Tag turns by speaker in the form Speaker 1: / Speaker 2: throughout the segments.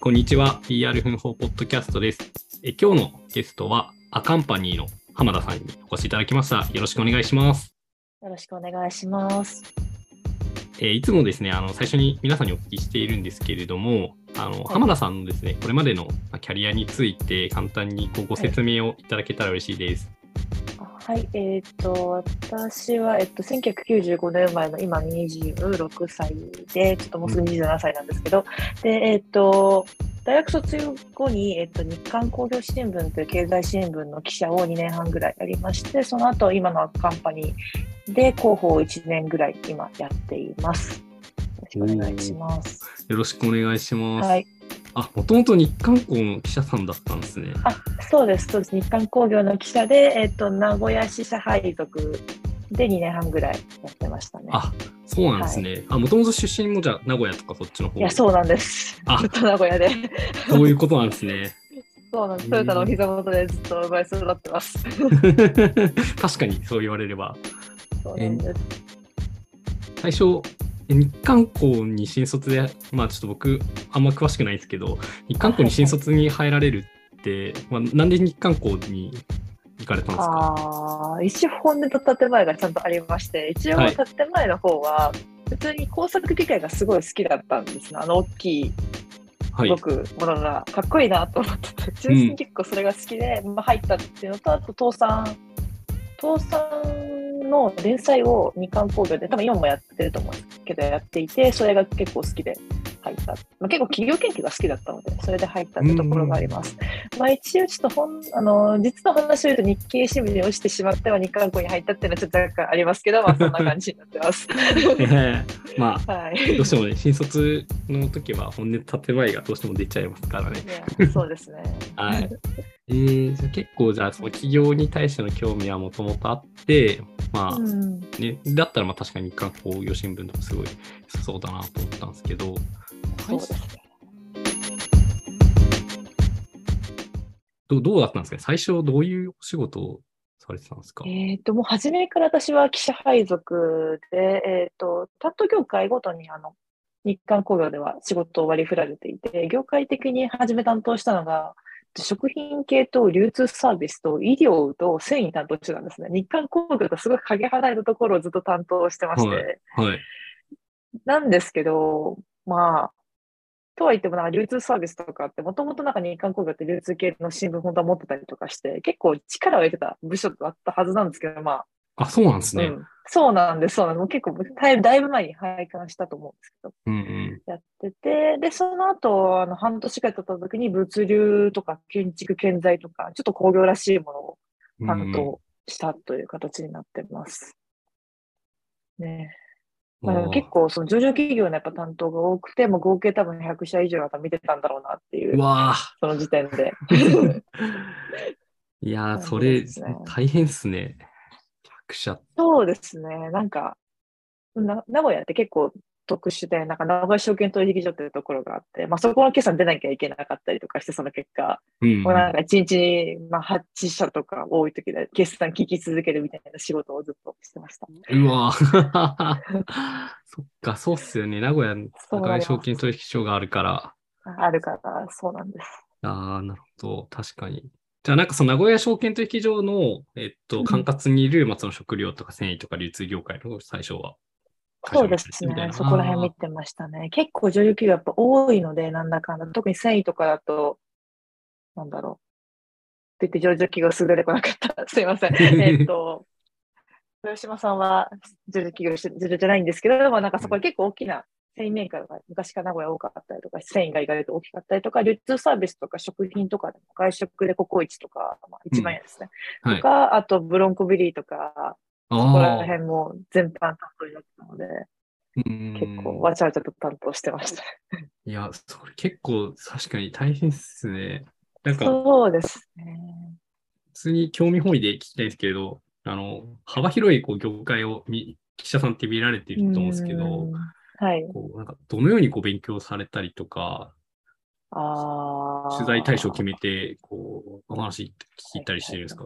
Speaker 1: こんにちは。PR 奮法ポッドキャストです。え今日のゲストは、アカンパニーの浜田さんにお越しいただきました。よろしくお願いします。
Speaker 2: よろしくお願いします。
Speaker 1: えーいつもですね、あの最初に皆さんにお聞きしているんですけれども、あの浜田さんのですね、これまでのまあキャリアについて簡単にこうご説明をいただけたら嬉しいです。
Speaker 2: あはい、えっ、と、私は、えっと、1995年生まれの今26歳で、ちょっともうすぐ27歳なんですけど、で、えっ、と、大学卒業後に、えっと、日刊工業新聞という経済新聞の記者を2年半ぐらいやりまして、その後、今のアッカンパニーで広報を1年ぐらい今やっています。よろしくお願いします。
Speaker 1: よろしくお願いします。
Speaker 2: はい。
Speaker 1: あ、もともと日刊校の記者さんだったんですね。
Speaker 2: あそうです、そうです、日刊工業の記者で、えっと名古屋支社配属で2年半ぐらいやってましたね。
Speaker 1: あ、そうなんですね。あ、もともと出身もじゃあ名古屋とかそっちの方
Speaker 2: いや、そうなんです。
Speaker 1: あ
Speaker 2: ずっと名古屋 で、
Speaker 1: そういうことなんですね。
Speaker 2: そうなんです、トヨタのお膝元でずっと生まれ育ってます。
Speaker 1: 確かにそう言われれば
Speaker 2: そうなんです。
Speaker 1: 最初え日韓校に新卒でまあちょっと僕あんま詳しくないですけど日韓校に新卒に入られるって、まあ、なんで日韓校に行かれたんですか
Speaker 2: ああ、一応本音と建前がちゃんとありまして、一応
Speaker 1: はい
Speaker 2: 建前の方は、普通に工作機械がすごい好きだったんですね。あの大きい
Speaker 1: はい
Speaker 2: 動くものがかっこいいなと思ってて、中心に結構それが好きで、まあ、入ったっていうのとあと倒産倒産の連載を日刊工業で多分今もやってると思うんですけどやっていてそれが結構好きで入った、まあ、結構企業研究が好きだったのでそれで入ったってところがあります、まあ、一応ちょっとほんあの実の話を言うと日経新聞に落ちてしまっては日刊工業に入ったっていうのはちょっと若干ありますけど、まあ、そんな感じになっ てます、
Speaker 1: ええ まあ
Speaker 2: はい
Speaker 1: どうしてもね新卒の時は本音建前がどうしても出ちゃいますからね
Speaker 2: いやそうですね
Speaker 1: はい。えー、じゃあ結構じゃあその企業に対しての興味はもともとあってまあ、
Speaker 2: うん
Speaker 1: ね、だったらまあ確かに日刊工業新聞とかすごい良さそうだなと思ったんですけど、
Speaker 2: そうですね
Speaker 1: どうどうだったんですかね最初どういうお仕事をされてたんですか、
Speaker 2: えっと、もう初めから私は記者配属で、えっと、担当業界ごとにあの、日刊工業では仕事を割り振られていて、業界的に初め担当したのが、食品系と流通サービスと医療と繊維担当してたんですね。日刊工業とすごくかけ離れたところをずっと担当してまして、
Speaker 1: はい。
Speaker 2: なんですけど、まあ、とは言ってもなんか流通サービスとかって、もともとなんか日韓工業って流通系の新聞本当は持ってたりとかして、結構力を入れてた部署だったはずなんですけど、まあ、
Speaker 1: あ、そうなんです
Speaker 2: う
Speaker 1: ね。
Speaker 2: ん、そうなんです、そうなんです。もう結構だいぶ、だいぶ前に拝観したと思うんですけど、
Speaker 1: うんうん。
Speaker 2: やってて、で、その後、あの、半年くらい経った時に物流とか建築建材とか、ちょっと工業らしいものを
Speaker 1: うん
Speaker 2: 担当したという形になってます。ねえまあ、でも結構、その上場企業のやっぱ担当が多くて、もう合計多分100社以上は見てたんだろうなっていうう、
Speaker 1: わ
Speaker 2: その時点 で。
Speaker 1: ーいやー、そ
Speaker 2: そう
Speaker 1: れ
Speaker 2: ですね、
Speaker 1: 大変っすね。客車。
Speaker 2: そうですね、なんか、な名古屋って結構特殊で、なんか名古屋証券取引所っていうところがあって、まあ、そこの決算出なきゃいけなかったりとかして、その結果、
Speaker 1: うんうん。
Speaker 2: もうなんか1日に、まあ、8社とか多い時で決算聞き続けるみたいな仕事をずっとしてました。
Speaker 1: うわー そっか、そうっすよね。名古屋の
Speaker 2: そう
Speaker 1: 高
Speaker 2: なん
Speaker 1: い
Speaker 2: です
Speaker 1: 証券取引所があるから。
Speaker 2: あるから、そうなんです。
Speaker 1: ああ、なるほど。確かに。じゃあ、なんかその名古屋証券取引所の、えっ
Speaker 2: う
Speaker 1: と、
Speaker 2: ん
Speaker 1: 管轄にいる、まあ、その食料とか繊維とか流通業界の最初は。会社みた
Speaker 2: そうで
Speaker 1: い
Speaker 2: す
Speaker 1: みたい
Speaker 2: ね
Speaker 1: な。
Speaker 2: そこら辺見てましたね。結構女優企業やっぱ多いので、なんだかんだ。特に繊維とかだと、なんだろう。って言って上場企業すぐ出てこなかった。 すいません。えっと、豊島さんは上場企業して、上場じゃないんですけど、まあなんかそこは結構大きな繊維メーカーが昔から名古屋多かったりとか、繊維が意外と大きかったりとか、流通サービスとか食品とかでも、外食でココイチとか、まあ、一番屋ですね。
Speaker 1: はい
Speaker 2: と。か、あとブロンコビリーとか、ここら
Speaker 1: ああ、
Speaker 2: 辺も全般担当になったので。
Speaker 1: 結
Speaker 2: 結構わちゃわちゃと担当してました。
Speaker 1: いや、それ結構確かに大変っすね。なんか、
Speaker 2: そうですね。
Speaker 1: 普通に興味本位で聞きたいんですけど、あの、幅広いこう業界をみ記者さんって見られていると思うんですけ
Speaker 2: う
Speaker 1: ど
Speaker 2: ん、はい。
Speaker 1: こうなんかどのようにこう勉強されたりとか、
Speaker 2: あー
Speaker 1: 取材対象を決めて、こう、お話聞いたりしてるんですか、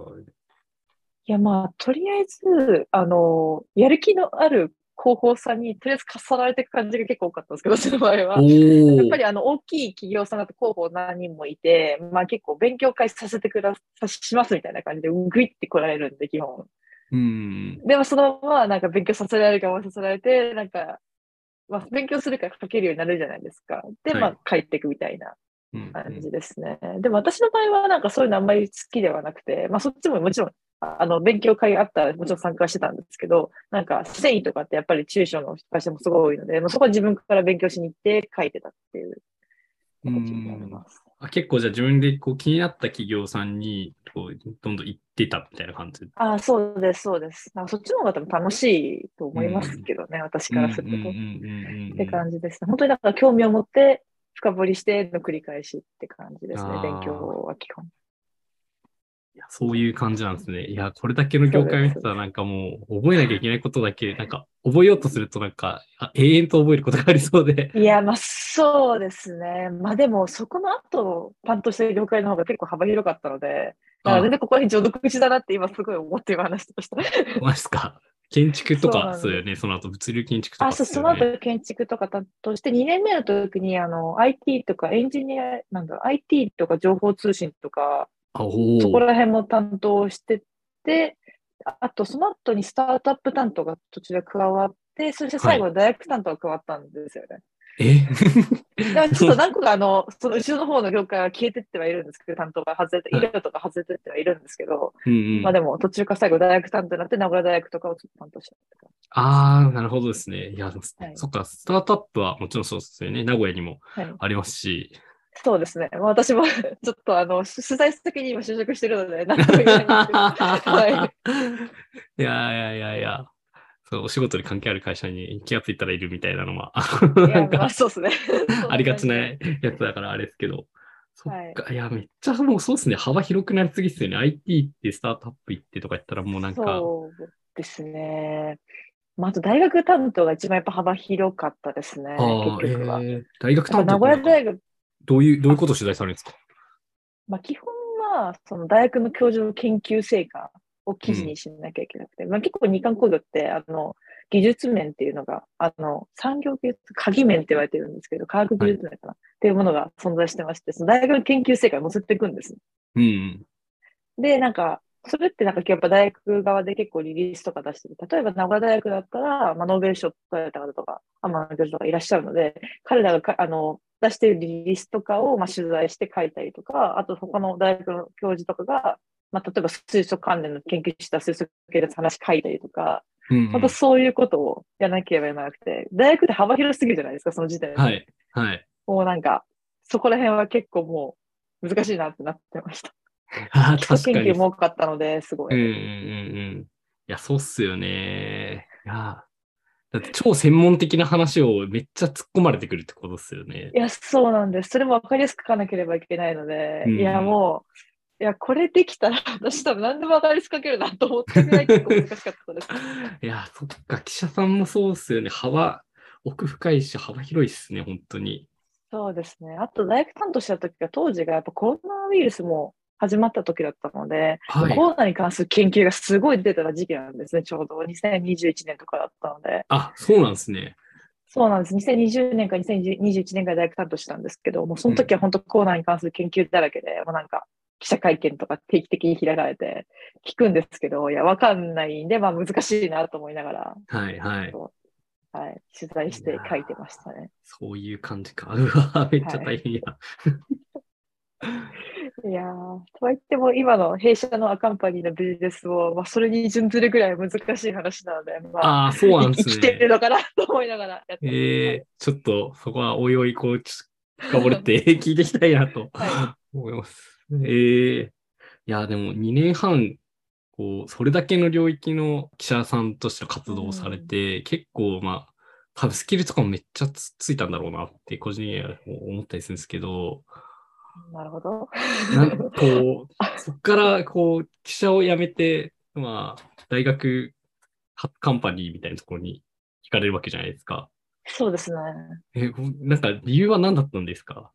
Speaker 2: いや、まあ、とりあえず、あの、やる気のある広報さんにとりあえず重なられていく感じが結構多かったんですけど、 私の場合は。
Speaker 1: お
Speaker 2: やっぱりあの大きい企業さんだと候補何人もいて、まあ、結構勉強会させてくださしますみたいな感じで、ぐいって来られるんで、基本。
Speaker 1: うん。
Speaker 2: でもそのままなんか勉強させられる側させられて、なんか、まあ、勉強するから書けるようになるじゃないですか。で、ま
Speaker 1: は
Speaker 2: あ書いていくみたいな
Speaker 1: うん
Speaker 2: 感じですね。でも私の場合はなんかそういうのあんまり好きではなくて、まあそっちももちろん、ああの、勉強会があったらもちろん参加してたんですけど、なんか繊維とかってやっぱり中小の会社もすごい多いので、もうそこは自分から勉強しに行って書いてたっていう形になります。
Speaker 1: あ結構じゃあ自分でこう気になった企業さんにこうどんどん行ってたみたいな感じ。
Speaker 2: ああ、そうです、そうです。なんかそっちの方が多分楽しいと思いますけどね、私からすると。
Speaker 1: うんうんうんうんうん
Speaker 2: って感じですね。本当になんか興味を持って深掘りしての繰り返しって感じですね
Speaker 1: あー。
Speaker 2: 勉強は基本。
Speaker 1: いやそういう感じなんですね。いや、これだけの業界見てたらなんかもう覚えなきゃいけないことだけ、なんか覚えようとするとなんかあ永遠と覚えることがありそうで。
Speaker 2: いや、まあそうですね。まあでもそこの後担当してる業界の方が結構幅広かったので、だから全然ここら辺序の口だなって今すごい思って今話してました。
Speaker 1: マジっすか。建築と
Speaker 2: そうな
Speaker 1: か、
Speaker 2: んです
Speaker 1: そうだよね。その後、物流建築とか
Speaker 2: あ、
Speaker 1: っす
Speaker 2: そ
Speaker 1: よ
Speaker 2: う、
Speaker 1: ね。
Speaker 2: その後建築とか担当して、2年目の時に、あの、IT とかエンジニア、なんだろう、IT とか情報通信とか、
Speaker 1: あ、おー
Speaker 2: そこら辺も担当してて、ああとその後にスタートアップ担当が途中で加わって、そして最後大学担当が加わったんですよね。
Speaker 1: え
Speaker 2: だからちょっと何個かあの、その後ろの方の業界は消えてってはいるんですけど、担当が外れて、医
Speaker 1: はい
Speaker 2: 療とか外れてってはいるんですけど、
Speaker 1: うんうん
Speaker 2: まあでも途中から最後大学担当になって、名古屋大学とかをちょっと担当したって感
Speaker 1: ああ、なるほどですね。いや、でも
Speaker 2: はい
Speaker 1: そっか、スタートアップはもちろんそうですよね。名古屋にも
Speaker 2: じ。はい
Speaker 1: ありますし。、
Speaker 2: そうですね。まあ私も ちょっとあの、取材先に今就職してるので、何とも言えないんですけど。はい
Speaker 1: やいやいやいや。そう、お仕事に関係ある会社に気がついたらいるみたいなのは、
Speaker 2: いや
Speaker 1: なん
Speaker 2: ま
Speaker 1: か
Speaker 2: あ、そ うですね。
Speaker 1: ありがちなやつだからあれですけど。そ
Speaker 2: は
Speaker 1: っ
Speaker 2: い
Speaker 1: か、い、や、めっちゃもうそうですね。幅広くなりすぎですよね。IT 行ってスタートアップ行ってとか言ったらもうなんか、
Speaker 2: そうですね。まあ、あと大学担当が一番やっぱ幅広かったですね、
Speaker 1: ああ、
Speaker 2: 結局は。
Speaker 1: え
Speaker 2: やっ
Speaker 1: ー大学
Speaker 2: ぱ
Speaker 1: 担当
Speaker 2: 名古屋大学、
Speaker 1: どういう、どういうことを取材されるんですか
Speaker 2: まあ、基本はその大学の教授の研究成果を記事にしなきゃいけなくて、まあ、結構日韓工業ってあの技術面っていうのがあの産業技術、鍵面って言われてるんですけど、科学技術面かな、っていうものが存在してまして、その大学の研究成果を載せていくんですね
Speaker 1: うんうん。
Speaker 2: で、なんか、それってなんかやっぱ大学側で結構リリースとか出してて、例えば名古屋大学だったら、まあ、ノーベル賞を取られた方とか、天野教授とかいらっしゃるので、彼らがかあの出しているリリースとかをまあ取材して書いたりとか、あと他の大学の教授とかが、まあ、例えば水素関連の研究した水素系の話書いたりとか、
Speaker 1: うんうん
Speaker 2: またそういうことをやらなければならなくて、大学って幅広すぎるじゃないですか、その時点で。
Speaker 1: はい、はい。
Speaker 2: もうなんか、そこら辺は結構もう難しいなってなってました。
Speaker 1: あー
Speaker 2: 基礎
Speaker 1: 確か
Speaker 2: 研
Speaker 1: に
Speaker 2: 究。も多かったので、すごい。
Speaker 1: うんうんうんうん。いや、そうっすよね。いや、だって超専門的な話をめっちゃ突っ込まれてくるってことっすよね
Speaker 2: い。や、そうなんです。それも分かりやすく書かなければいけないので、
Speaker 1: うん
Speaker 2: いや、もう、いや、これできたら、 私多分何でも分かりやすく書けるなと思ってぐらい結構難しかっ たです。
Speaker 1: いや、そっか、記者さんもそうっすよね。幅、奥深いし、幅広いっすね、本当に。
Speaker 2: そうですね。あと、大学担当してた時が、当時がやっぱコロナウイルスも始まった時だったので、
Speaker 1: はい
Speaker 2: コ。ロナに関する研究がすごい出てた時期なんですね、ちょうど2021年とかだったので。
Speaker 1: あ、そうなんですね。
Speaker 2: そうなんです。2020年か2021年か大学担当してたんですけど、もうその時は本当コーナーに関する研究だらけで、もうなんか記者会見とか定期的に開かれて聞くんですけど、いや、わかんないんで、まあ難しいなと思いながら、
Speaker 1: はい、はい。
Speaker 2: はい、取材して書いてましたね。
Speaker 1: そういう感じか。うわ、めっちゃ大変や。
Speaker 2: いやー、とはいっても今の弊社のアカンパニーのビジネスを、まあそれに準ずるぐらい難しい話なので、まあ、
Speaker 1: ああ、そうなんで
Speaker 2: 生
Speaker 1: す
Speaker 2: き
Speaker 1: ね。
Speaker 2: てるのかなと思いながらやってます
Speaker 1: ええちょっとそこはおいおいこう、ちょっと深掘れて聞いていきたいなと
Speaker 2: は
Speaker 1: 思います。ええいや、でも2年半、こう、それだけの領域の記者さんとしての活動をされて、結構まあ、多分スキルとかもめっちゃつついたんだろうなって、個人的には思ったりするんですけど、
Speaker 2: なるほど。
Speaker 1: なんかこう、そっからこう、記者を辞めて、まあ、大学はカンパニーみたいなところに行かれるわけじゃないですか。
Speaker 2: そうですね。
Speaker 1: え、こうなんか理由は何だったんですか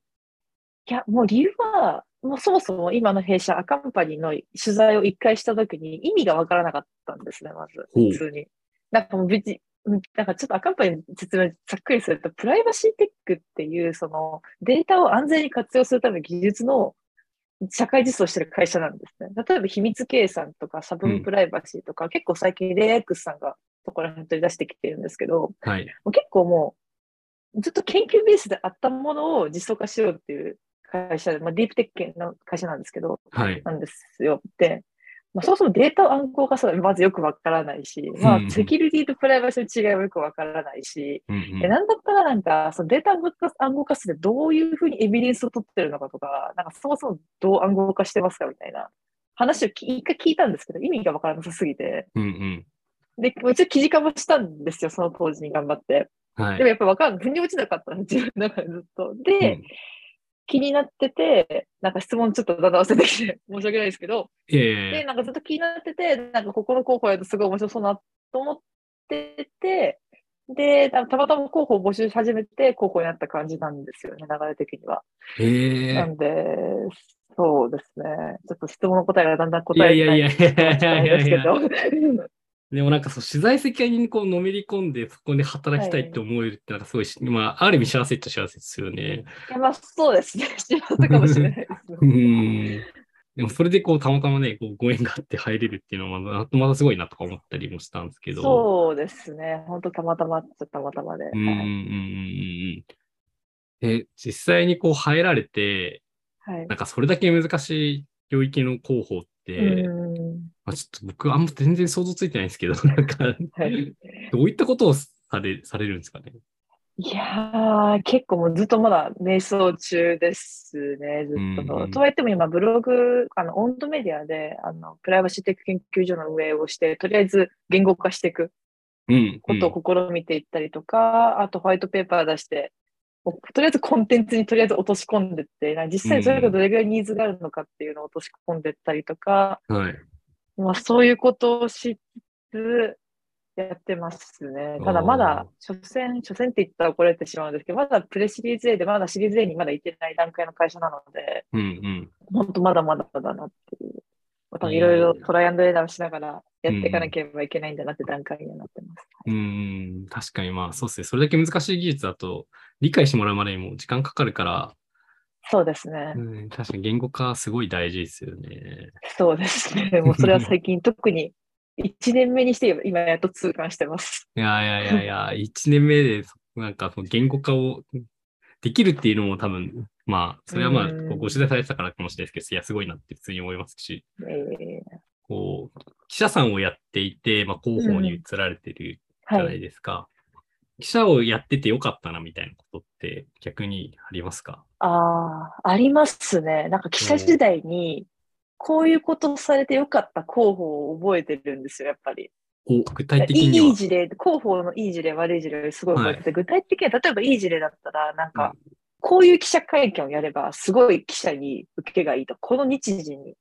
Speaker 2: いや、もう理由は、もうそもそも今の弊社、アカンパニーの取材を一回したときに意味がわからなかったんですね、まず、
Speaker 1: ほう
Speaker 2: 普通に。なんかもう別にうんだからちょっとアカンパニーの説明ざっくりすると、プライバシーテックっていう、そのデータを安全に活用するための技術の社会実装してる会社なんですね。例えば秘密計算とかサブプライバシーとか、結構最近 DX さんがそこら辺取り出してきてるんですけど、
Speaker 1: はい。
Speaker 2: もう結構もう、ずっと研究ベースであったものを実装化しようっていう会社で、まあ、ディープテック系の会社なんですけど、
Speaker 1: はい。
Speaker 2: なんですよ。で、まあ、そもそもデータを暗号化するのはまずよくわからないし、ま
Speaker 1: うん
Speaker 2: あ、セキュリティとプライバシーの違いもよくわからないし、
Speaker 1: うん
Speaker 2: えなんだったらなんか、そのデータ暗号化暗号化するどういうふうにエビデンスを取ってるのかとか、なんかそもそもどう暗号化してますかみたいな話をき一回聞いたんですけど、意味がわからなさすぎて、
Speaker 1: うん。うん
Speaker 2: で、もう一応記事化もしたんですよ、その当時に頑張って。
Speaker 1: うん。は
Speaker 2: でも
Speaker 1: い。
Speaker 2: やっぱわかんない。腑に落ちなかったの、自分の中でずっと。で、気になってて、なんか質問ちょっとだんだん忘れてきて、申し訳ないですけど、
Speaker 1: え
Speaker 2: で、
Speaker 1: え
Speaker 2: なんかずっと気になってて、なんかここの候補やとすごい面白そうなと思ってて、で、たたまたま候補を募集し始めて、候補になった感じなんですよね、流れ的には。
Speaker 1: え
Speaker 2: な
Speaker 1: え
Speaker 2: んで、そうですね。ちょっと質問の答えがだんだん答
Speaker 1: いやいや
Speaker 2: え
Speaker 1: いやいやい やいや
Speaker 2: ないい
Speaker 1: や
Speaker 2: で
Speaker 1: い
Speaker 2: す
Speaker 1: や
Speaker 2: けど。
Speaker 1: でもなんかそう、取材責任にこうのめり込んで、そこで働きたいって思えるって、なんかすごいし、まあ、ある意味幸せっちゃ幸せですよね。
Speaker 2: いや、まあそうですね。 幸せかもしれないですね。
Speaker 1: うん。でもそれでこう、たまたまね、こうご縁があって入れるっていうのはまだ、まだすごいなとか思ったりもしたんですけど。
Speaker 2: そうですね。本当たまたまっちゃたまたまで。
Speaker 1: うんうんうんうんうんうん。え、実際にこう入られて、
Speaker 2: はい。
Speaker 1: なんかそれだけ難しい領域の候補って、
Speaker 2: うん
Speaker 1: まあ、ちょっと僕あんま全然想像ついてないんです けど、なんか、
Speaker 2: はい
Speaker 1: どういったことをされされるんですかね。
Speaker 2: いやー、結構もうずっとまだ瞑想中ですね、ずっ
Speaker 1: うんう
Speaker 2: と。
Speaker 1: ん
Speaker 2: とはいっても今、ブログ、あの、オンドメディアで、あの、プライバシーテック研究所の運営をして、とりあえず言語化していく
Speaker 1: うん、う
Speaker 2: こ
Speaker 1: ん。
Speaker 2: とを試みていったりとか、あとホワイトペーパー出して、もうとりあえずコンテンツにとりあえず落とし込んでって、な実際それがどれぐらいニーズがあるのかっていうのを落とし込んでったりとか、
Speaker 1: はい。
Speaker 2: まあ、そういうことをしつつやってますね。ただ
Speaker 1: おー
Speaker 2: まだ、所詮、所詮って言ったら怒られてしまうんですけど、まだプレシリーズ A で、まだシリーズ A にまだ行ってない段階の会社なので、
Speaker 1: うん、うん。
Speaker 2: 本当まだまだだなっていう。またいろいろトライアンドエラーをしながらやっていかなければいけないんだなって段階にはなってます。
Speaker 1: うん、確かにまあそうですね。それだけ難しい技術だと、理解してもらうまでにも時間かかるから、
Speaker 2: そうですね
Speaker 1: う。ん、確かに言語化すごい大事ですよね。
Speaker 2: そうですね。もうそれは最近特に1年目にして今やっと痛感してます。
Speaker 1: いやいやいやいや、1年 目でそ、なんかその言語化をできるっていうのも多分、まあ、それはまあ、こ
Speaker 2: うん
Speaker 1: うご取材されてたからかもしれないですけど、いや、すごいなって普通に思いますし、
Speaker 2: えー
Speaker 1: こう、記者さんをやっていて、まあ、広報に移られてるじゃ
Speaker 2: は
Speaker 1: ない
Speaker 2: い。
Speaker 1: ですか。記者をやっててよかったなみたいなことって逆にありますか
Speaker 2: ああ、ありますね。なんか記者時代に、こういうことされてよかった候補を覚えてるんですよ、やっぱり。
Speaker 1: お具体的に
Speaker 2: いい
Speaker 1: は。
Speaker 2: 事例、候補のいい事例、悪い事例、すごい覚えてて、具体的には、例えばいい事例だったら、なんか、こういう記者会見をやれば、すごい記者に受けがいいと、この日時に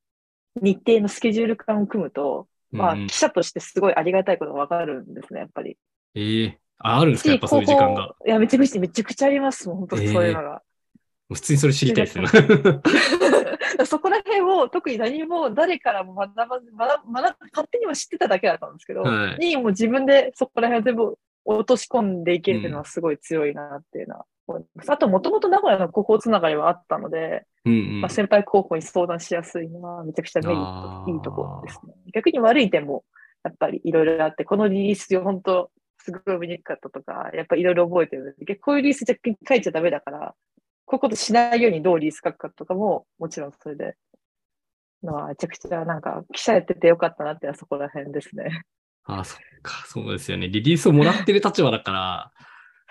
Speaker 2: 日程のスケジュール感を組むと、まあ、
Speaker 1: うんうん
Speaker 2: 記者としてすごいありがたいことがわかるんですね、やっぱり。
Speaker 1: ええあ、あるんですかやっぱそういう時間が。
Speaker 2: いや、めちゃくちゃ、めちゃくちゃあります、もう本当、そういうのが。
Speaker 1: 普通にそれ知りたいですね。
Speaker 2: そこら辺を特に何も誰からも学ばず、学ば学ば勝手には知ってただけだったんですけ ど、
Speaker 1: はい。
Speaker 2: にもう自分でそこら辺を全部落とし込んでいけるのはすごい強いなっていうのは思います。あと、もともと名古屋の高校つながりはあったので、
Speaker 1: うんうん
Speaker 2: まあ、。先輩候補に相談しやすいのはめちゃくちゃメリッ
Speaker 1: あー
Speaker 2: ト、いいところですね。逆に悪い点もやっぱりいろいろあって、このリリース本当すごい見にくかったとか、やっぱいろいろ覚えてるので、逆にこういうリリース逆に書いちゃダメだから、こういうことしないようにどうリリース書くかとかも、もちろんそれで。のはめちゃくちゃなんか記者やっててよかったなってのはそこら辺ですね。
Speaker 1: あ、そっか、そうですよね。リリースをもらってる立場だから、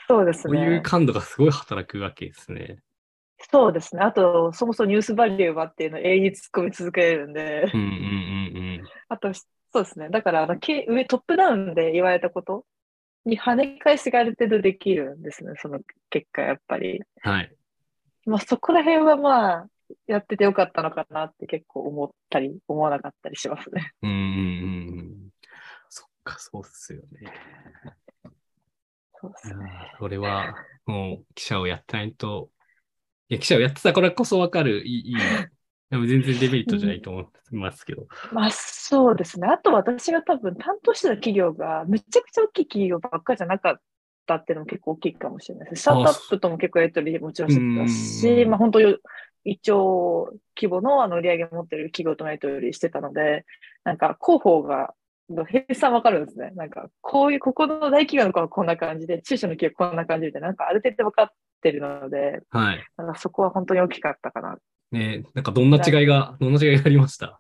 Speaker 2: そうです
Speaker 1: そういう
Speaker 2: ね。
Speaker 1: 感度がすごい働くわけですね。
Speaker 2: そうですね。あと、そもそもニュースバリューはっていうのを永遠に突っ込み続けるんで。
Speaker 1: うんうん
Speaker 2: あと、そうですね。だからあの、け上、トップダウンで言われたことに跳ね返しがある程度できるんですね。その結果、やっぱり。
Speaker 1: うん。はい。
Speaker 2: まあ、そこら辺はまあ、やっててよかったのかなって結構思ったり、思わなかったりしますね。
Speaker 1: うんうんうんうん。そっか、そうっすよね。
Speaker 2: そうですね。
Speaker 1: あーそれは、もう記者をやってないと、いや記者をやってたからこそわかるいいいいでも全然デメリットじゃないと思いますけど。
Speaker 2: まあそうですね。あと私が多分担当してた企業がめちゃくちゃ大きい企業ばっかじゃなかったっていうのも結構大きいかもしれないです。スタートアップとも結構やり取りもちろんしてたし、
Speaker 1: うん
Speaker 2: まあ本当に1兆規模のあの売り上げを持ってる企業ともやり取りしてたので、なんか広報が、平さんわかるんですね。なんかこういう、ここの大企業の子はこんな感じで、中小の企業こんな感じみたいな、なんかある程度分かってるので、
Speaker 1: はい。
Speaker 2: なんかそこは本当に大きかったかな
Speaker 1: ねなんかどんな違いが、どんな違いがありました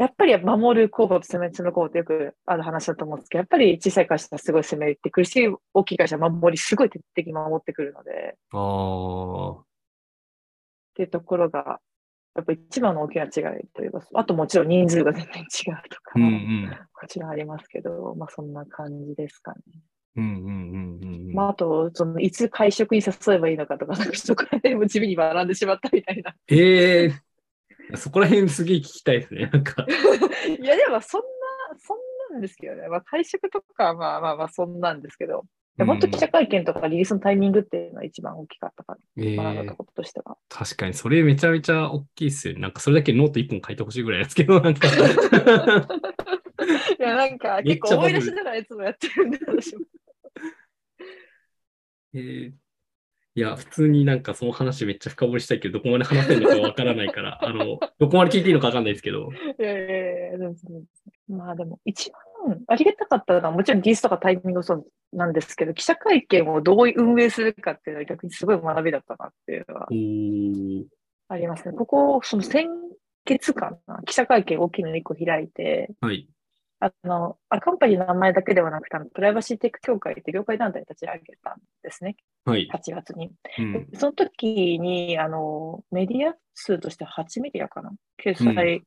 Speaker 2: やっぱり守る候補と攻めの候補ってよくある話だと思うんですけど、やっぱり小さい会社はすごい攻めてくるし、大きい会社は守り、すごい徹底的に守ってくるので、
Speaker 1: ああ。
Speaker 2: っていうところが、やっぱ一番の大きな違いといえば、あともちろん人数が全然違うとか、
Speaker 1: うんうん。
Speaker 2: こちらありますけど、まあそんな感じですかね。
Speaker 1: うんうんうんうんうん。
Speaker 2: まああと、そのいつ会食に誘えばいいのかとか、なんかそこら辺も地味に学んでしまったみた いな。
Speaker 1: ええそこら辺すげえ聞きたいですね。なんか。
Speaker 2: いやでもそんな、そんなんですけどね、まあ会食とかはまあまあまあそんなんですけど、で本当記者会見とかリリースのタイミングっていうのは一番大きかったか
Speaker 1: うんえ
Speaker 2: な、学ん
Speaker 1: え
Speaker 2: だところとしては。
Speaker 1: 確かに、それめちゃめちゃ大きいですよね。なんかそれだけノート1本書いてほしいぐらいですけど、なん か。
Speaker 2: いや、なんか
Speaker 1: めっ
Speaker 2: 結
Speaker 1: ちゃ
Speaker 2: 構思
Speaker 1: バズ
Speaker 2: い
Speaker 1: る
Speaker 2: 出しながらいつもやってるんで、私も。
Speaker 1: えーいや、普通になんかその話めっちゃ深掘りしたいけど、どこまで話せるのかわからない から、あの、どこまで聞いていいのかわかんないですけど。
Speaker 2: いやいやいや、でもそうですねまあでも一番ありがたかったのはもちろんリリースとかタイミングもそうなんですけど、記者会見をどう運営するかっていうのは逆にすごい学びだったなっていうのは
Speaker 1: おー
Speaker 2: ありますね。ここ、その先月かな、記者会見大きいの1個開いて、
Speaker 1: はい。
Speaker 2: あの、あカンパニーの名前だけではなくて、あのプライバシーテック協会って業界団体立ち上げたんですね、
Speaker 1: はい。
Speaker 2: 8月に。
Speaker 1: うん。
Speaker 2: その時に、あの、メディア数として8メディアかな掲載い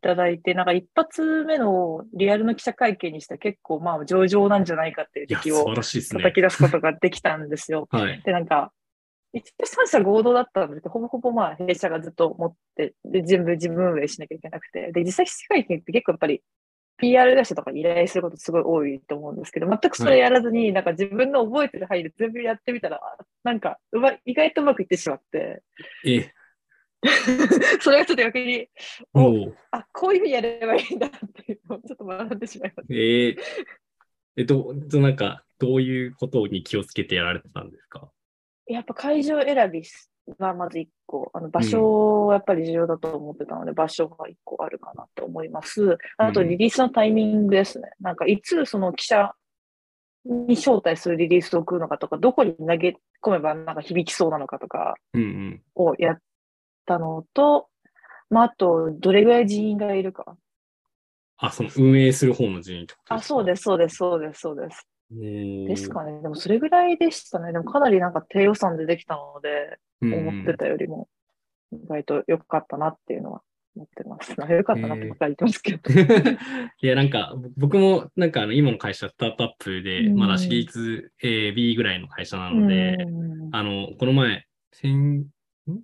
Speaker 2: ただいて、なんか一発目のリアルの記者会見にしては結構、まあ、上々なんじゃないかっていう
Speaker 1: いや、
Speaker 2: 敵
Speaker 1: 素
Speaker 2: を
Speaker 1: 晴らしいです
Speaker 2: 叩
Speaker 1: ね。
Speaker 2: き出すことができたんですよ。
Speaker 1: はい。
Speaker 2: で、なんか、一応三社合同だったんですけど、ほぼほぼまあ弊社がずっと持って、で、全部自分運営しなきゃいけなくて、で、実際世界圏って結構やっぱり PR 会社とかに依頼することすごい多いと思うんですけど、全くそれやらずに、なんか自分の覚えてる範囲で全部やってみたら、あなんかうま、意外とうまくいってしまって、
Speaker 1: え、
Speaker 2: それがちょっと逆に、
Speaker 1: おー
Speaker 2: あ、こういうふうにやればいいんだっていうのをちょっと学んでしまいまし
Speaker 1: えーえ、どう、どなんか、どういうことに気をつけてやられてたんですか
Speaker 2: た。やっぱ会場選びはまず一個、あの場所はやっぱり重要だと思ってたので、場所が一個あるかなと思います。あと
Speaker 1: うん
Speaker 2: リリースのタイミングですね。なんかいつその記者に招待するリリースを送るのかとか、どこに投げ込めばなんか響きそうなのかとか
Speaker 1: うん
Speaker 2: をやったのと、まあ、あと、どれぐらい人員がいるか。
Speaker 1: あ、その運営する方の人員ってこと
Speaker 2: あ、そうです、そうです、そうです、そうです。
Speaker 1: す。で
Speaker 2: ですかね。でもそれぐらいでしたね。でもかなりなんか低予算でできたので、思ってたよりも、意外と良かったなっていうのは思ってます。なんか良かったなってばっかり言ってますけど。
Speaker 1: いや、なんか、ぼ僕も、なんか、あの、今の会社、スタートアップで、
Speaker 2: うん
Speaker 1: まだシリーズ A、B ぐらいの会社なので、
Speaker 2: うん
Speaker 1: あの、この前、先、ん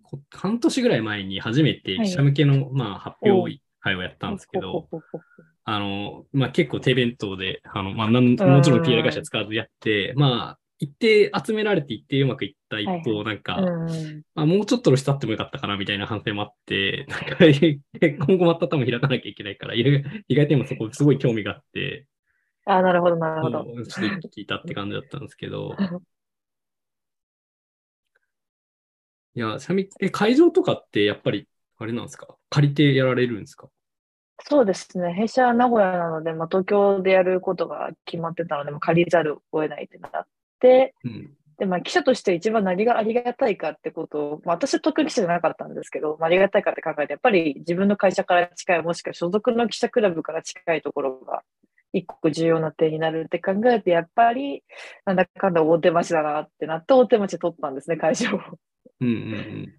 Speaker 1: こ半年ぐらい前に初めて
Speaker 2: はい
Speaker 1: 記者向けの、まあ、発
Speaker 2: おう
Speaker 1: 表会をやったんですけ
Speaker 2: ほう
Speaker 1: ど、
Speaker 2: ほうほう
Speaker 1: あの、まあ、結構手弁当で、あの、まあ、なんもちろん PR 会社使わずやって、まあ、一定集められて一定うまくいった一方、なんか、
Speaker 2: ほううん
Speaker 1: まあ、もうちょっと露出あってもよかったかなみたいな反省もあって、なんか 今後また多分開かなきゃいけないから、いろいろ意外と今そこすごい興味があって、
Speaker 2: あ、なるほど、な
Speaker 1: あ
Speaker 2: るほど。
Speaker 1: のちょっと聞いたって感じだったんですけど、いや、ちなみにえ会場とかってやっぱりあれなんですか借りてやられるんですか
Speaker 2: そうですね。弊社は名古屋なので、まあ、東京でやることが決まってたので、まあ借りざるを得ないってなって、
Speaker 1: うん。
Speaker 2: で、まあ、記者として一番何がありがたいかってことを、まあ、私は特に記者じゃなかったんですけど、まあ、ありがたいかって考えて、やっぱり自分の会社から近い、もしくは所属の記者クラブから近いところが、一個重要な点になるって考えて、やっぱり、なんだかんだ大手町だなってなって、大手町で取ったんですね、会場を。
Speaker 1: うんうんうん。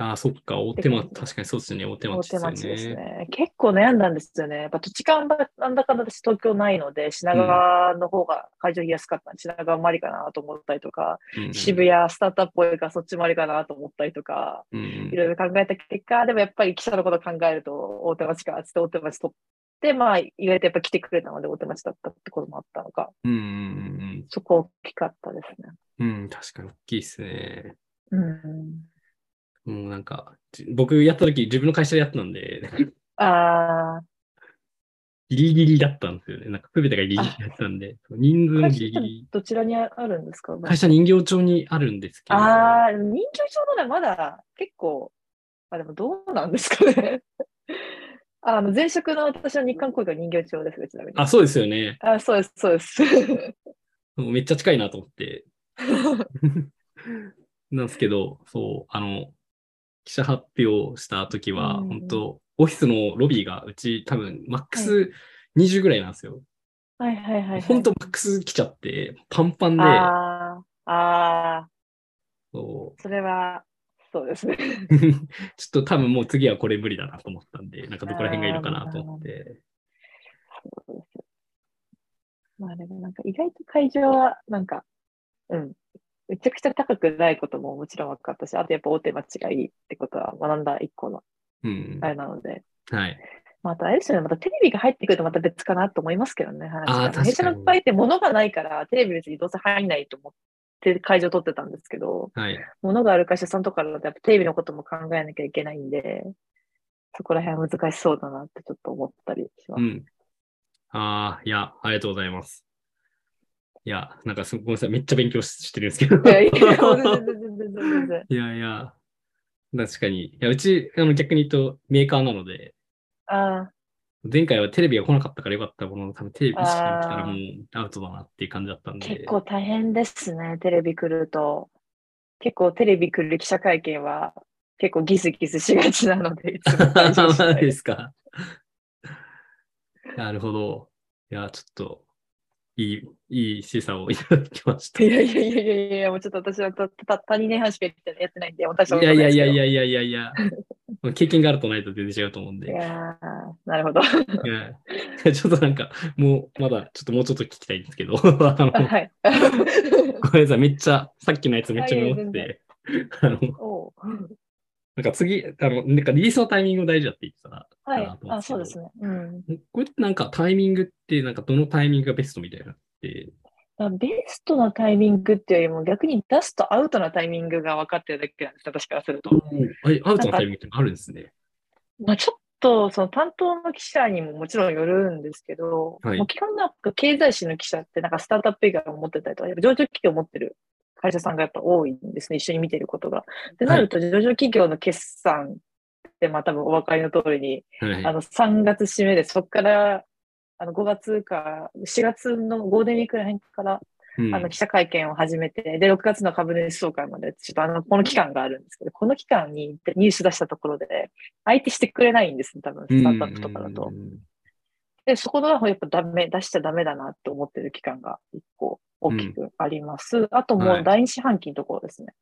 Speaker 1: ああ、そっか、大手間、確かにそうですよね、大手
Speaker 2: 大
Speaker 1: 町
Speaker 2: 手町
Speaker 1: で
Speaker 2: ですす
Speaker 1: よね。
Speaker 2: ね。結構悩んだんですよね。やっぱ土地勘がなんだかんだ私東京ないので、品川の方が会場費安かったんで、品川もありかなと思ったりとか、
Speaker 1: うんうん
Speaker 2: 渋谷スタートアップ多いからそっちもありかなと思ったりとか、
Speaker 1: うんうん
Speaker 2: いろいろ考えた結果、でもやっぱり記者のことを考えると、大手町か、つって大手町取って、まあ、意外とやっぱ来てくれたので、大手町だったってこともあったのか、
Speaker 1: うんうん
Speaker 2: そこ大きかったですね。
Speaker 1: うんうん。うん、確かに大きいですね。
Speaker 2: うん。
Speaker 1: もうなんか、じ僕やった時自分の会社でやってたんで、
Speaker 2: ああ、
Speaker 1: ギリギリだったんですよね。なんか全てがギリギリだったんで、人数もギリギリ。
Speaker 2: どちらにあるんですか
Speaker 1: 会社人形町にあるんですけど、
Speaker 2: ああ、人気症ならまだ結構、あ、でもどうなんですかね。 あの前職の私は日韓工業人形町ですね、ちなみに。
Speaker 1: あ、そうですよね。
Speaker 2: あそうです、そうです。
Speaker 1: もうめっちゃ近いなと思って。なんですけど、そう、あの、記者発表した時は、
Speaker 2: うん
Speaker 1: 本当オフィスのロビーがうち多分、マックス20ぐらいなんですよ。
Speaker 2: はいはいはい、はい。
Speaker 1: 本当マックス来ちゃって、パンパンで、
Speaker 2: ああ、ああ、
Speaker 1: そう
Speaker 2: それは、そうですね。
Speaker 1: ちょっと多分もう次はこれ無理だなと思ったんで、なんかどこら辺がいるかなと思って。
Speaker 2: そうですまあでもなんか意外と会場はなんか、うん、めちゃくちゃ高くないことももちろん分かったし、あとやっぱ大手町がいいってことは学んだ一個の
Speaker 1: うん。
Speaker 2: あ
Speaker 1: は
Speaker 2: れなので、
Speaker 1: い。
Speaker 2: またあれですよね、またテレビが入ってくるとまた別かなと思いますけどね、話
Speaker 1: あー
Speaker 2: が
Speaker 1: 確かに
Speaker 2: 弊社の場合って物がないから、テレビ別にどうせ入んないと思って会場取ってたんですけど、
Speaker 1: はい。
Speaker 2: 物がある会社さんとかだとやっぱテレビのことも考えなきゃいけないんで、そこら辺は難しそうだなってちょっと思ったりします
Speaker 1: う。ん。ああ、いや、ありがとうございます。いや、なんかすごめんなさい。めっちゃ勉強ししてるんですけど。
Speaker 2: いやいや、全然全然全然全然。
Speaker 1: いやいや、確かに。いや、うち、あの逆に言うとメーカーなので、
Speaker 2: あ
Speaker 1: 前回はテレビが来なかったからよかったものの、多分テレビ意識が来たら
Speaker 2: あー
Speaker 1: もうアウトだなっていう感じだったん
Speaker 2: ー
Speaker 1: で。
Speaker 2: 結構大変ですね、テレビ来ると。結構テレビ来る記者会見は結構ギスギスしがちなので、いつも 大丈夫し
Speaker 1: そう
Speaker 2: ない
Speaker 1: で
Speaker 2: です
Speaker 1: すか。なるほど。いや、ちょっと、いい、いい示唆をいただきました。
Speaker 2: い
Speaker 1: い
Speaker 2: やいやいやいやいや、もうちょっと私はたたた2年半しかやってやってないんで、私は
Speaker 1: やいやいや
Speaker 2: い
Speaker 1: い
Speaker 2: や。
Speaker 1: やいやいやいや。もう経験があるとないと全然違うと思うんで。
Speaker 2: い
Speaker 1: い
Speaker 2: やーなるほど。は
Speaker 1: やちょっとなんか、もう、まだ、ちょっともうちょっと聞きたいんですけど。あの
Speaker 2: い。
Speaker 1: ごめんなさい、めっちゃ、さっきのやつめっちゃメモって
Speaker 2: あい
Speaker 1: て。あの、
Speaker 2: おう
Speaker 1: なんか次、あの、なんかリリースのタイミング大事だって言ってたら、
Speaker 2: は
Speaker 1: あ
Speaker 2: い。
Speaker 1: と
Speaker 2: あ、そうですね。うん。
Speaker 1: これってなんかタイミングって、なんかどのタイミングがベストみたいなのって、
Speaker 2: あベストなタイミングっていうよりも、逆に出すとアウトなタイミングが分かってるだけなんです、私からすると。
Speaker 1: あれアウトのタイミングってあるんですね。
Speaker 2: まあ、ちょっとその担当の記者にももちろんよるんですけど、
Speaker 1: はい
Speaker 2: もう基本なんか経済誌の記者ってなんかスタートアップ以外を持ってたりとか、やっぱ上場企業を持ってる会社さんがやっぱ多いんですね、一緒に見てることが。ってなると、上場企業の決算って、まあ多分お分かりの通りに、
Speaker 1: はい。
Speaker 2: あの3月締めで、そこからあの5月か、4月のゴールデンウィークらへんから、
Speaker 1: うん
Speaker 2: あの記者会見を始めて、で、6月の株主総会まで、ちょっとあの、この期間があるんですけど、この期間にニュース出したところで、相手してくれないんですね、多分、スタートアップとかだと
Speaker 1: う。ん
Speaker 2: で、そこのやっぱダメ、出しちゃダメだなと思ってる期間が一個大きくあります。あとも
Speaker 1: は
Speaker 2: う
Speaker 1: い
Speaker 2: 第二四半期のところですね。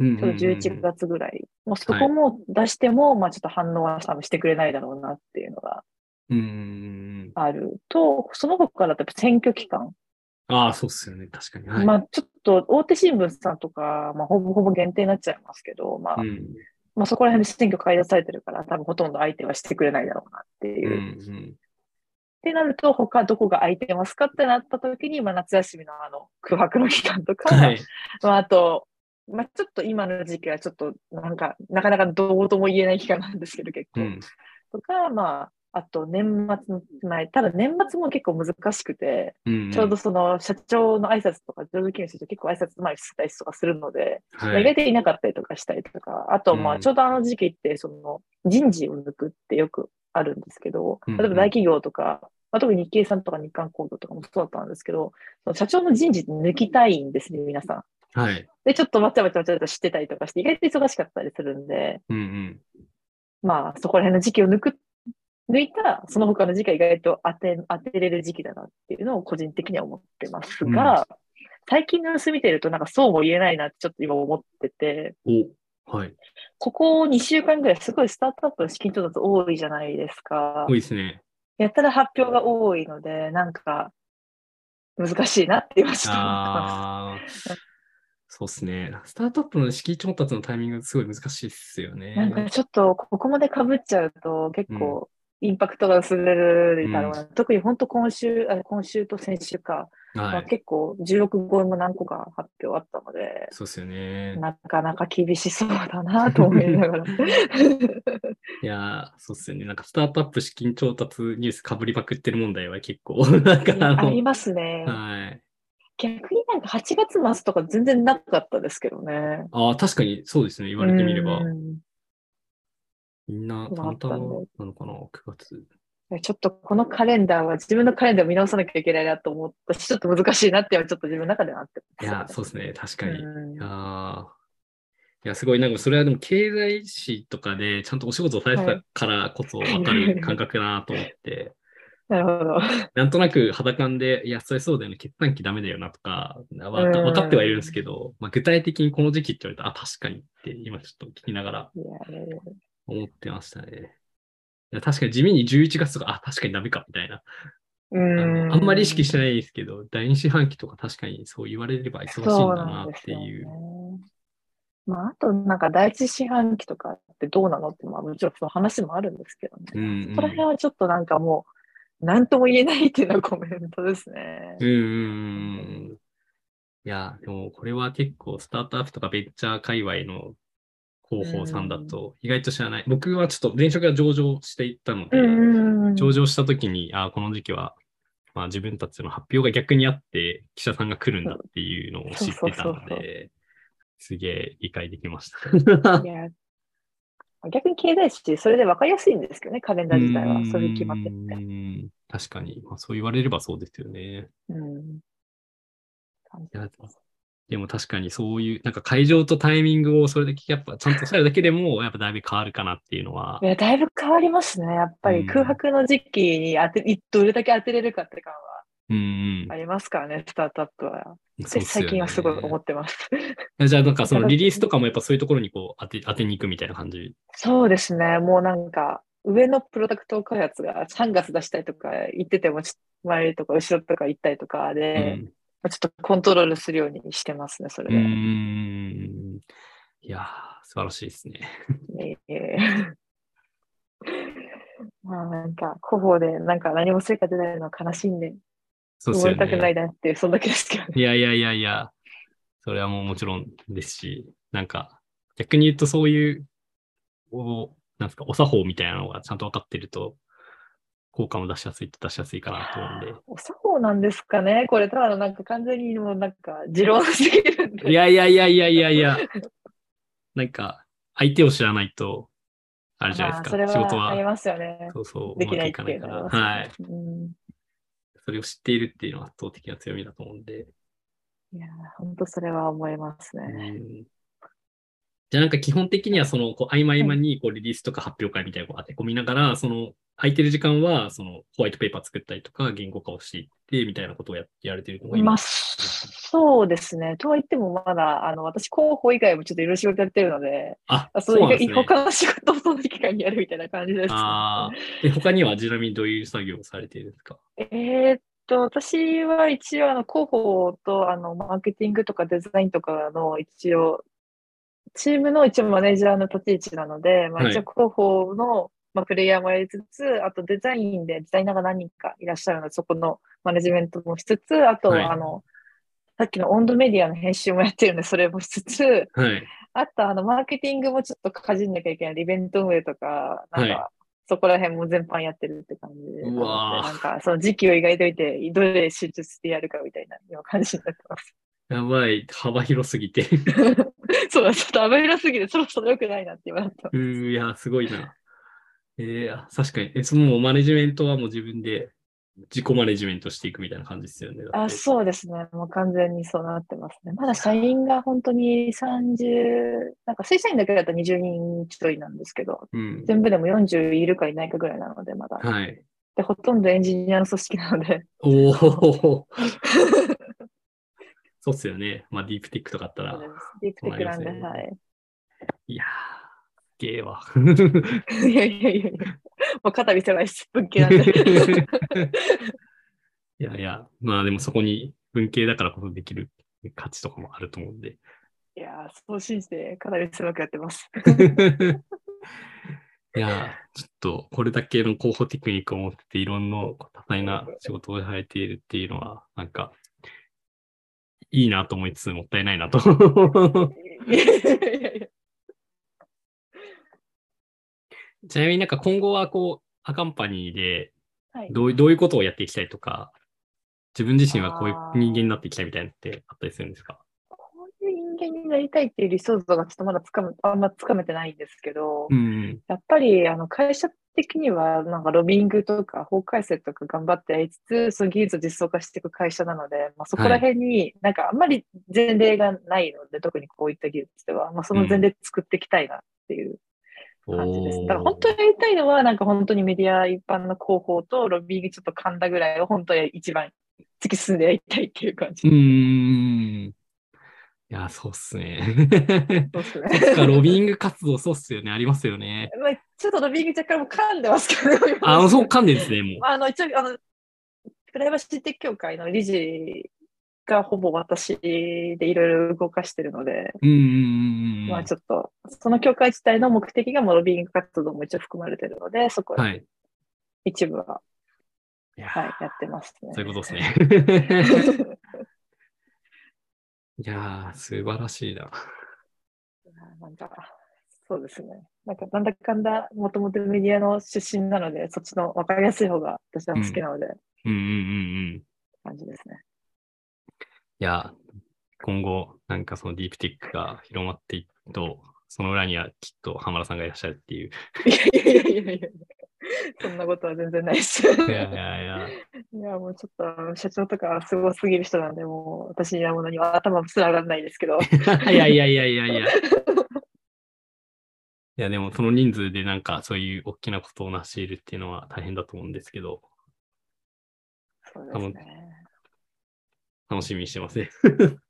Speaker 1: うん
Speaker 2: ちょうど11月ぐらい。もうそこも出しても、まあちょっと反応は多分してくれないだろうなっていうのが
Speaker 1: うんうんうん。
Speaker 2: あると、その他だとやっぱ選挙期間。
Speaker 1: ああ、そうっすよね。確かに。はい。
Speaker 2: まあちょっと大手新聞さんとか、まあほぼほぼ限定になっちゃいますけど、まあ、
Speaker 1: うん
Speaker 2: まあ、そこら辺で選挙改ざされてるから、多分ほとんど相手はしてくれないだろうなって
Speaker 1: う
Speaker 2: い
Speaker 1: ん
Speaker 2: う。
Speaker 1: う
Speaker 2: っ
Speaker 1: ん
Speaker 2: てなると、他どこが空いてますかってなった時に、まあ、夏休みのあの空白の期間とか、
Speaker 1: はい。
Speaker 2: まあ、あと、まあ、ちょっと今の時期はちょっとなんか、なかなかどうとも言えない期間なんですけど、結
Speaker 1: う
Speaker 2: 構。
Speaker 1: ん
Speaker 2: とか、まあ、あと年末の前、ただ年末も結構難しくて、
Speaker 1: うん
Speaker 2: ちょうどその社長の挨拶とか、上場勤務者結構挨拶前にしたりとかするので、
Speaker 1: は
Speaker 2: まあ意外
Speaker 1: い。
Speaker 2: といなかったりとかしたりとか、あと、ま
Speaker 1: う
Speaker 2: あ、
Speaker 1: ん
Speaker 2: ちょうどあの時期って、その、人事を抜くってよくあるんですけど、
Speaker 1: うん
Speaker 2: 例
Speaker 1: う
Speaker 2: え
Speaker 1: ん
Speaker 2: ば大企業とか、まあ、特に日経さんとか日韓工業とかもそうだったんですけど、その社長の人事抜きたいんですね、皆さん。
Speaker 1: はい。
Speaker 2: で、ちょっとわちゃわちゃわちゃわちゃしてたりとかして、意外と忙しかったりするんで、
Speaker 1: うんうん。
Speaker 2: まあ、そこら辺の時期を抜く、抜いたら、その他の時期は意外と当て、当てれる時期だなっていうのを個人的には思ってますが、最近の様子見てると、なんかそうも言えないなってちょっと今思ってて、
Speaker 1: お。はい。
Speaker 2: ここ2週間ぐらい、すごいスタートアップの資金調達多いじゃないですか
Speaker 1: 多。いですね。
Speaker 2: やったら発表が多いので、なんか、難 しいなって言いました。
Speaker 1: ああ。そうっすね。スタートアップの資金調達のタイミングすごい難しいっすよね。
Speaker 2: なんかちょっと、ここまで被っちゃうと、結構、インパクトが薄れるだろうな。特に本当今週、あ今週と先週か、
Speaker 1: は
Speaker 2: まあ
Speaker 1: い。
Speaker 2: 結構16号も何個か発表あったので、
Speaker 1: そうですよね。
Speaker 2: なかなか厳しそうだなと思いながら。
Speaker 1: いやー、そうっすよね。なんか、スタートアップ資金調達ニュースかぶりまくってる問題は結構、 なんかあ
Speaker 2: あ
Speaker 1: の、
Speaker 2: りますね。
Speaker 1: はい。
Speaker 2: 逆になんか8月末とか全然なかったですけどね。
Speaker 1: ああ、確かにそうですね。言われてみれば
Speaker 2: う。ん
Speaker 1: みんな、
Speaker 2: まああ
Speaker 1: 担
Speaker 2: ったんで
Speaker 1: 々なのかな、9月。
Speaker 2: ちょっとこのカレンダーは自分のカレンダーを見直さなきゃいけないなと思ったし、ちょっと難しいなっていうのはちょっと自分の中ではあって
Speaker 1: いやー、そうですね。確か
Speaker 2: う
Speaker 1: に。
Speaker 2: ん
Speaker 1: いやーいや、すごい、なんかそれはでも経済誌とかでちゃんとお仕事をされて
Speaker 2: は
Speaker 1: た
Speaker 2: い
Speaker 1: からこそ分か る感覚だなと思って、
Speaker 2: なるほど。
Speaker 1: なんとなく肌感で、いや、それそうだよね、決算期ダメだよなとか、わ
Speaker 2: うん
Speaker 1: 分かってはいるんですけど、まあ、具体的にこの時期って言われたら、あ、確かにって今ちょっと聞きながら
Speaker 2: いやいやいや
Speaker 1: 思ってましたね。いや確かに地味に11月とか、あ、確かにダメかみたいな。あ
Speaker 2: う
Speaker 1: の
Speaker 2: ん
Speaker 1: あんまり意識してないですけど、第二四半期とか確かにそう言われれば忙しいん
Speaker 2: そう
Speaker 1: だ
Speaker 2: な
Speaker 1: なんっ
Speaker 2: です
Speaker 1: て
Speaker 2: よね
Speaker 1: いう。。
Speaker 2: まあ、あとなんか第一四半期とかってどうなのって、まあもちろんその話もあるんですけどね。
Speaker 1: うんうん
Speaker 2: そこら辺はちょっとなんかもう、なんとも言えないっていうのはコメントですね
Speaker 1: う。んうんうんうん。いや、でもこれは結構スタートアップとかベンチャー界隈の広報さんだと意外と知らない。僕はちょっと前職が上場していったので、
Speaker 2: うん
Speaker 1: 上場した時に、あーこの時期は、まあ、自分たちの発表が逆にあって記者さんが来るんだっていうのを知ってた
Speaker 2: そうそう
Speaker 1: の
Speaker 2: そうそ
Speaker 1: で、すげえ理解できました。
Speaker 2: いや逆に経済誌、それで分かりやすいんですけどね、カレンダー自 体
Speaker 1: う
Speaker 2: は。
Speaker 1: ん
Speaker 2: それ決まってて。
Speaker 1: 確かに、まあ、そう言われればそうですよね。
Speaker 2: うん。感じ、
Speaker 1: いやでも確かにそういう、なんか会場とタイミングをそれだけやっぱちゃんとされるだけでも、やっぱだいぶ変わるかなっていうのはい
Speaker 2: や、だいぶ変わりますね。やっぱ
Speaker 1: うん
Speaker 2: り空白の時期に当て、どれだけ当てれるかって感は
Speaker 1: うん
Speaker 2: ありますからね、スタートアップは。
Speaker 1: うん。
Speaker 2: 私最近はすごい思
Speaker 1: っ
Speaker 2: ってます。
Speaker 1: て。じゃあなんかそのリリースとかもやっぱそういうところにこう当て当てに行くみたいな感じ。
Speaker 2: そうですね、もうなんか、上のプロダクト開発が3月出したいとか言ってても、ちょっと前とか後ろとか行ったりとか
Speaker 1: う
Speaker 2: で、
Speaker 1: ん
Speaker 2: まあちょっとコントロールするようにしてますね、それ
Speaker 1: う
Speaker 2: で。
Speaker 1: ん。いやー、素晴らしいですね。
Speaker 2: ええ まあなんか、広報でなんか何も成果出ないのは悲しいんで、
Speaker 1: そうです
Speaker 2: 終わ
Speaker 1: よ
Speaker 2: りたくない
Speaker 1: ね。
Speaker 2: なっていう、そんだけですけどね。
Speaker 1: いやいやいやいや、それはもうもちろんですし、なんか逆に言うとそういう、おなんですか、お作法みたいなのがちゃんと分かってると、効果も出しやすいと出しやすいかなと思うんで。
Speaker 2: お作法なんですかね これ、ただのなんか完全にもうなんか、持論すぎるんで。
Speaker 1: いやいやいやいやいやいや。なんか、相手を知らないと、 あれじゃないですか。
Speaker 2: まあそ
Speaker 1: 仕
Speaker 2: れ
Speaker 1: 事
Speaker 2: はあり
Speaker 1: は、
Speaker 2: ますよね。
Speaker 1: そうそう、
Speaker 2: できない
Speaker 1: い
Speaker 2: っ
Speaker 1: かないい
Speaker 2: て
Speaker 1: うか
Speaker 2: の
Speaker 1: ら。
Speaker 2: は
Speaker 1: はい。
Speaker 2: うん
Speaker 1: それを知っているっていうのは圧倒的な強みだと思うんで。
Speaker 2: いやー、本当それは思います
Speaker 1: う
Speaker 2: ね。
Speaker 1: んじゃあなんか基本的には、その、こう、合間合間に、こう、リリースとか発表会みたいなのを当て込みながら、その、空いてる時間は、その、ホワイトペーパー作ったりとか、言語化をしていって、みたいなことをややられてるのが今。
Speaker 2: まあ、そうですね。とは言っても、まだ、あの、私、広報以外もちょっといろいろ仕事やってるので、
Speaker 1: あ、
Speaker 2: あ
Speaker 1: そうなんです
Speaker 2: い
Speaker 1: ね。
Speaker 2: 他の仕事をその機会にやるみたいな感じです。
Speaker 1: あーで他には、ちなみにどういう作業をされているんですか
Speaker 2: えーっと、私は一応、あの、広報と、あの、マーケティングとかデザインとかの一応、チームの一応マネージャーの立ち位置なので、まあ、
Speaker 1: はい
Speaker 2: 一応広報の、まあ、プレイヤーもやりつつ、あとデザインでデザイナーが何人かいらっしゃるので、そこのマネジメントもしつつ、あと、
Speaker 1: はい
Speaker 2: あの、さっきの温度メディアの編集もやってるので、それもしつつ、
Speaker 1: はい。
Speaker 2: あと、あの、マーケティングもちょっとかじんなきゃいけない。イベント運営とか、なん
Speaker 1: は
Speaker 2: か、そこら辺も全般やってるって感じで。
Speaker 1: うわー
Speaker 2: なんか、その時期を意外といて、どれ集中してやるかみたいな今感じになってます。
Speaker 1: やばい、幅広すぎて。
Speaker 2: そうだ、ちょっと危なすぎて、そろそろ良くないなって今なってま
Speaker 1: う
Speaker 2: す。
Speaker 1: ーん、いや、すごいな。えー、あ確かに。え、そのマネジメントはもう自分で自己マネジメントしていくみたいな感じですよね。だっ
Speaker 2: あ、
Speaker 1: て
Speaker 2: そうですね。もう完全にそうなってますね。まだ社員が本当に30、なんか正社員だけだったら20人ちょいなんですけど、
Speaker 1: うん。
Speaker 2: 全部でも40いるかいないかぐらいなので、まだ。
Speaker 1: はい。
Speaker 2: で、ほとんどエンジニアの組織なので、
Speaker 1: おお。 そうっすよね。まあ、ディープテックとかあった
Speaker 2: そ
Speaker 1: ら
Speaker 2: う で。すディープテックなんで、
Speaker 1: そうな
Speaker 2: はい。
Speaker 1: いやー、ゲーわ。
Speaker 2: いやいやいやいや、もう肩見せないし、文 系なんで。
Speaker 1: いやいや、まあでもそこに文系だからこそできる価値とかもあると思うんで。
Speaker 2: いやー、そう信じて、肩見せなくやっ てます。
Speaker 1: いやー、ちょっとこれだけの候補テクニックを持ってて、いろんなこう多彩な仕事をされているっていうのは、なんか、いいなと思いつつ、もったいないなと。
Speaker 2: いやいやいや
Speaker 1: ちなみになんか今後はこう、アカンパニーで
Speaker 2: はい。
Speaker 1: どういどういうことをやっていきたいとか、自分自身はこういう
Speaker 2: あー
Speaker 1: 人間になっていきたいみたいなのってあったりするんですか
Speaker 2: こういう人間になりたいっていう理想像がちょっとまだつかめ、あんまつかめてないんですけど、
Speaker 1: うん。
Speaker 2: やっぱりあの会社的にはなんかロビングとか法改正とか頑張ってやりつつ、その技術を実装化していく会社なので、まあ、そこら辺になんかあんまり前例がないので、特にこういった技術では、まあ、その前例作っていきたいなっていう感じです。
Speaker 1: おー
Speaker 2: だから本当にやりたいのは、なんか本当にメディア一般の広報とロビングちょっと噛んだぐらいを本当に一番突き進んでやりたいっていう感
Speaker 1: う
Speaker 2: じ。
Speaker 1: ーん。いや、そうっすね。
Speaker 2: そうですね
Speaker 1: そっか、ロビング活動、そうっすよね。ありますよね。
Speaker 2: まあ、ちょっとロビング若干もう噛んでますけど、
Speaker 1: あ、もうそう、噛んでるんですね、もう。
Speaker 2: あの一応あの、プライバシーテック協会の理事がほぼ私でいろいろ動かしてるので、
Speaker 1: うんうんうんうんうん。
Speaker 2: まあちょっと、その協会自体の目的がもうロビング活動も一応含まれてるので、そこ
Speaker 1: はい。
Speaker 2: 一部は、
Speaker 1: いやー、
Speaker 2: はい、やってますね。
Speaker 1: そういうことですね。
Speaker 2: ね。
Speaker 1: いやー、素晴らしいな。
Speaker 2: なんか、そうですね。なんか、なんだかんだ、もともとメディアの出身なので、そっちの分かりやすい方が私は好きなので、
Speaker 1: うんうんうんうん。い
Speaker 2: 感じですね。
Speaker 1: や、今後、なんかそのディープテックが広まっていくと、その裏にはきっと浜田さんがいらっしゃるっていう。
Speaker 2: いやいやいやいやいや、そんなことは全然ないです。
Speaker 1: いやいやいや。
Speaker 2: いや、もうちょっとあの、社長とかすごすぎる人なんで、もう、私にはものには頭すら上がらないですけど。
Speaker 1: いやいやいやいやいや。いや、でもその人数でなんかそういう大きなことを成し得るっていうのは大変だと思うんですけど、
Speaker 2: そうですね。
Speaker 1: 楽しみにしてますね。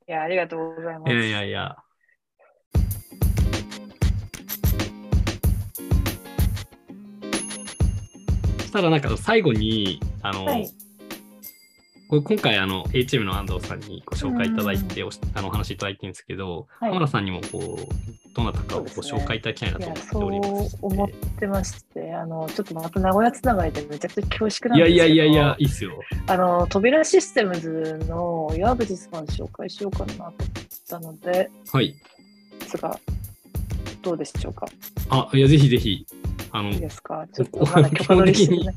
Speaker 2: いや、ありがとうございま
Speaker 1: い
Speaker 2: す。
Speaker 1: やいやいや。そしたらなんか最後に、あの、
Speaker 2: はい
Speaker 1: これ今回あの A チームの安藤さんにご紹介いただいておしあのお話いただいてるんですけど、
Speaker 2: はい
Speaker 1: 浜田さんにもこうどなたかをご紹介いただきたいなと思
Speaker 2: いや
Speaker 1: って
Speaker 2: そう
Speaker 1: おりますして。
Speaker 2: 思ってまして、あの、ちょっとまた名古屋つながりでめちゃくちゃ恐縮なん
Speaker 1: い
Speaker 2: で
Speaker 1: や
Speaker 2: すけど、
Speaker 1: いやいやいや、いいっすよ。
Speaker 2: あの、扉システムズの岩渕さん紹介しようかなと思ったので、
Speaker 1: はい。
Speaker 2: ですが、どうでしょうか
Speaker 1: あ、いや、ぜひぜひ、あの
Speaker 2: いい、ですかちょっとまだ許可取りしてない。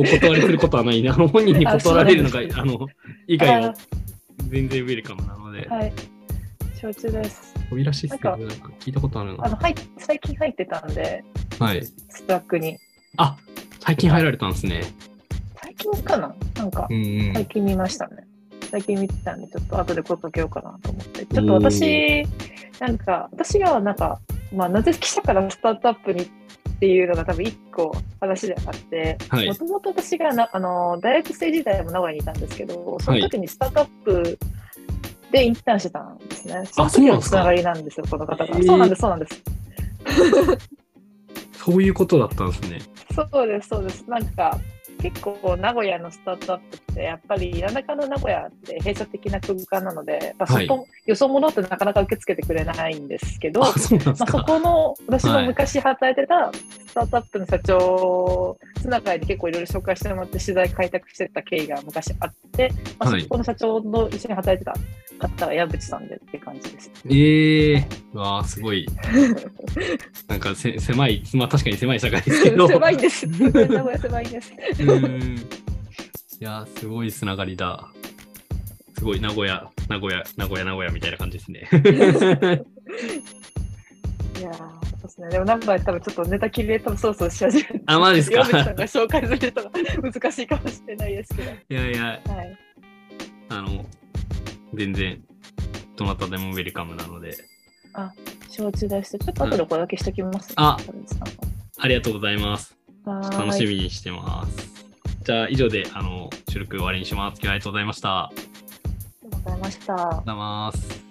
Speaker 1: お断りすることはないな。あの、本人に断られるのが
Speaker 2: あそうなんで、す
Speaker 1: あの、以外は全然ウェルカムなので、
Speaker 2: あはい。承知です。
Speaker 1: 扉システムなんか聞いたことある
Speaker 2: あの、
Speaker 1: な。
Speaker 2: はい、最近入ってたんで、
Speaker 1: はい。
Speaker 2: スラックに。
Speaker 1: あ、最近入られたんですね。
Speaker 2: 最近かななんか
Speaker 1: う、んう
Speaker 2: 最
Speaker 1: ん。
Speaker 2: 近見ましたね。最近見てたんで、ちょっと後で声かけようかなと思って。ちょっと私、なんか、私がなんか、まあ、なぜ記者からスタートアップにっていうのが多分一個話であって、
Speaker 1: はい
Speaker 2: もともと私がなあの大学生時代も名古屋にいたんですけど、その時にスタートアップでインターンしてたんですね。
Speaker 1: あ
Speaker 2: その時
Speaker 1: そうなんで
Speaker 2: の
Speaker 1: す
Speaker 2: つ
Speaker 1: か
Speaker 2: ながりなんですよ、この方が。
Speaker 1: へえ
Speaker 2: そうなんです、そうなんです。
Speaker 1: そういうことだったんですね。
Speaker 2: そうです、そうです。なんか、結構名古屋のスタートアップって、やっぱりなんだかんだ名古屋って閉鎖的な空間なので、まあ、
Speaker 1: はい
Speaker 2: そこ、よそ者ってなかなか受け付けてくれないんですけど、
Speaker 1: あ、そうなんで
Speaker 2: ますあ、そ
Speaker 1: か。
Speaker 2: この、私
Speaker 1: は
Speaker 2: の
Speaker 1: い
Speaker 2: 昔働いてたスタートアップの社長つながりで結構いろいろ紹介してもらって取材開拓してた経緯が昔あって、まあ、
Speaker 1: はい
Speaker 2: そこの社長の一緒に働いてた方が矢口 さんでって感じです。
Speaker 1: ええー、うわあ、すご い。なんかせ、狭い、まあ確かに狭い社会ですけど。
Speaker 2: 狭いんです。名古屋狭いんです。
Speaker 1: うーんいやー、すごいつながりだ。すごい、名古屋、名古屋、名古屋、名古屋みたいな感じです ね。
Speaker 2: いやーそうですね。でも、ナンバー多分ちょっとネタ切れ、多分そうそうし始めて。
Speaker 1: あマジっすか
Speaker 2: 岩渕さんが紹介するとか難しいかもしれないですけど。
Speaker 1: いやいや、
Speaker 2: はい。
Speaker 1: あの、全然、どなたでもウェルカムなので、
Speaker 2: 承知です。ちょっと後でお声だけしてきます、ね
Speaker 1: あ
Speaker 2: 小林さん
Speaker 1: ありがとうございます。
Speaker 2: ははーい
Speaker 1: 楽しみにしてます。じゃあ、以上で、あの、収録終わりにします。今日はありがとうございました。ありがと
Speaker 2: ありがとうございました
Speaker 1: うご。ざいます。